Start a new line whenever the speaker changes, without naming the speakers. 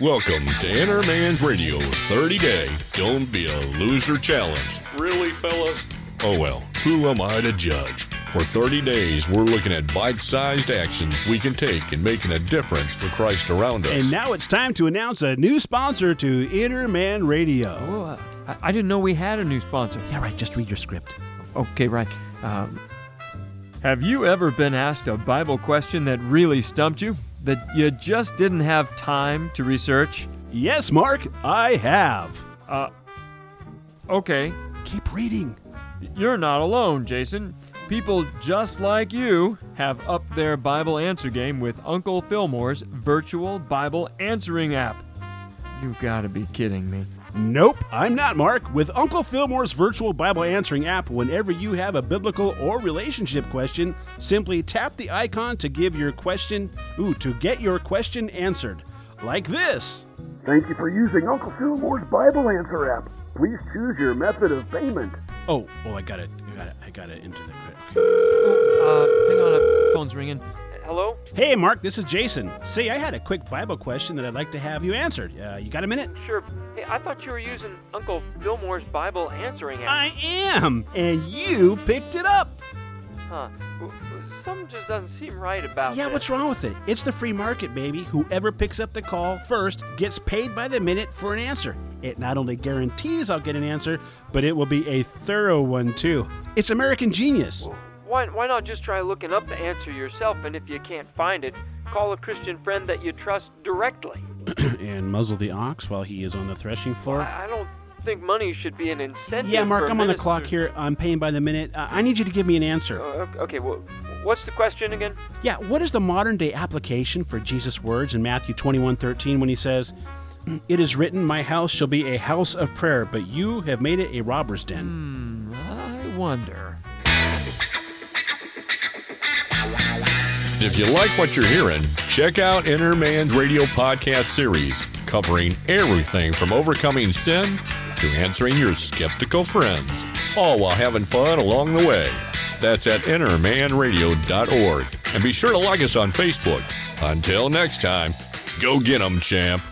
Welcome to Inner Man's Radio 30 Day Don't Be a Loser Challenge.
Really, fellas?
Oh well, who am I to judge? For 30 days, we're looking at bite sized actions we can take in making a difference for Christ around us.
And now it's time to announce a new sponsor to Inner Man Radio.
Oh, I, I didn't know we had a new sponsor.
Yeah, right. Just read your script.
Okay, right. Um, have you ever been asked a Bible question that really stumped you? That you just didn't have time to research?
Yes, Mark, I have.
Okay,
Keep reading.
you're not alone, Jason. People just like you have upped their Bible answer game with Uncle Fillmore's virtual Bible answering app. You gotta be kidding me.
Nope, I'm not, Mark. With Uncle Fillmore's virtual Bible answering app, whenever you have a biblical or relationship question, simply tap the icon to give your question, ooh, to get your question answered. Like this.
Thank you for using Uncle Fillmore's Bible Answer app. Please choose your method of payment.
Oh, oh, I got it. I got it. I got it into the okay.
Oh, uh, hang on, uh, phone's ringing. Hello?
Hey, Mark, this is Jason. Say, I had a quick Bible question that I'd like to have you answered. Uh, you got a minute?
Sure. Hey, I thought you were using Uncle Fillmore's Bible answering
I am, and you picked it up.
Huh. Something just doesn't seem right about
Yeah, what's wrong with it? It's the free market, baby. Whoever picks up the call first gets paid by the minute for an answer. It not only guarantees I'll get an answer, but it will be a thorough one, too. It's American genius.
Why, why not just try looking up the answer yourself, and if you can't find it, call a Christian friend that you trust directly?
and muzzle the ox while he is on the threshing floor.
I, I don't think money should be an incentive.
Yeah,
for
Mark, I'm on the
ministers-
clock here. I'm paying by the minute. Uh, I need you to give me an answer.
Uh, okay, well, what's the question again?
Yeah, what is the modern day application for Jesus' words in Matthew 21 13 when he says, It is written, My house shall be a house of prayer, but you have made it a robber's den?
I wonder.
If you like what you're hearing, check out Inner Man's Radio podcast series, covering everything from overcoming sin to answering your skeptical friends, all while having fun along the way. That's at innermanradio.org. And be sure to like us on Facebook. Until next time, go get 'em, champ.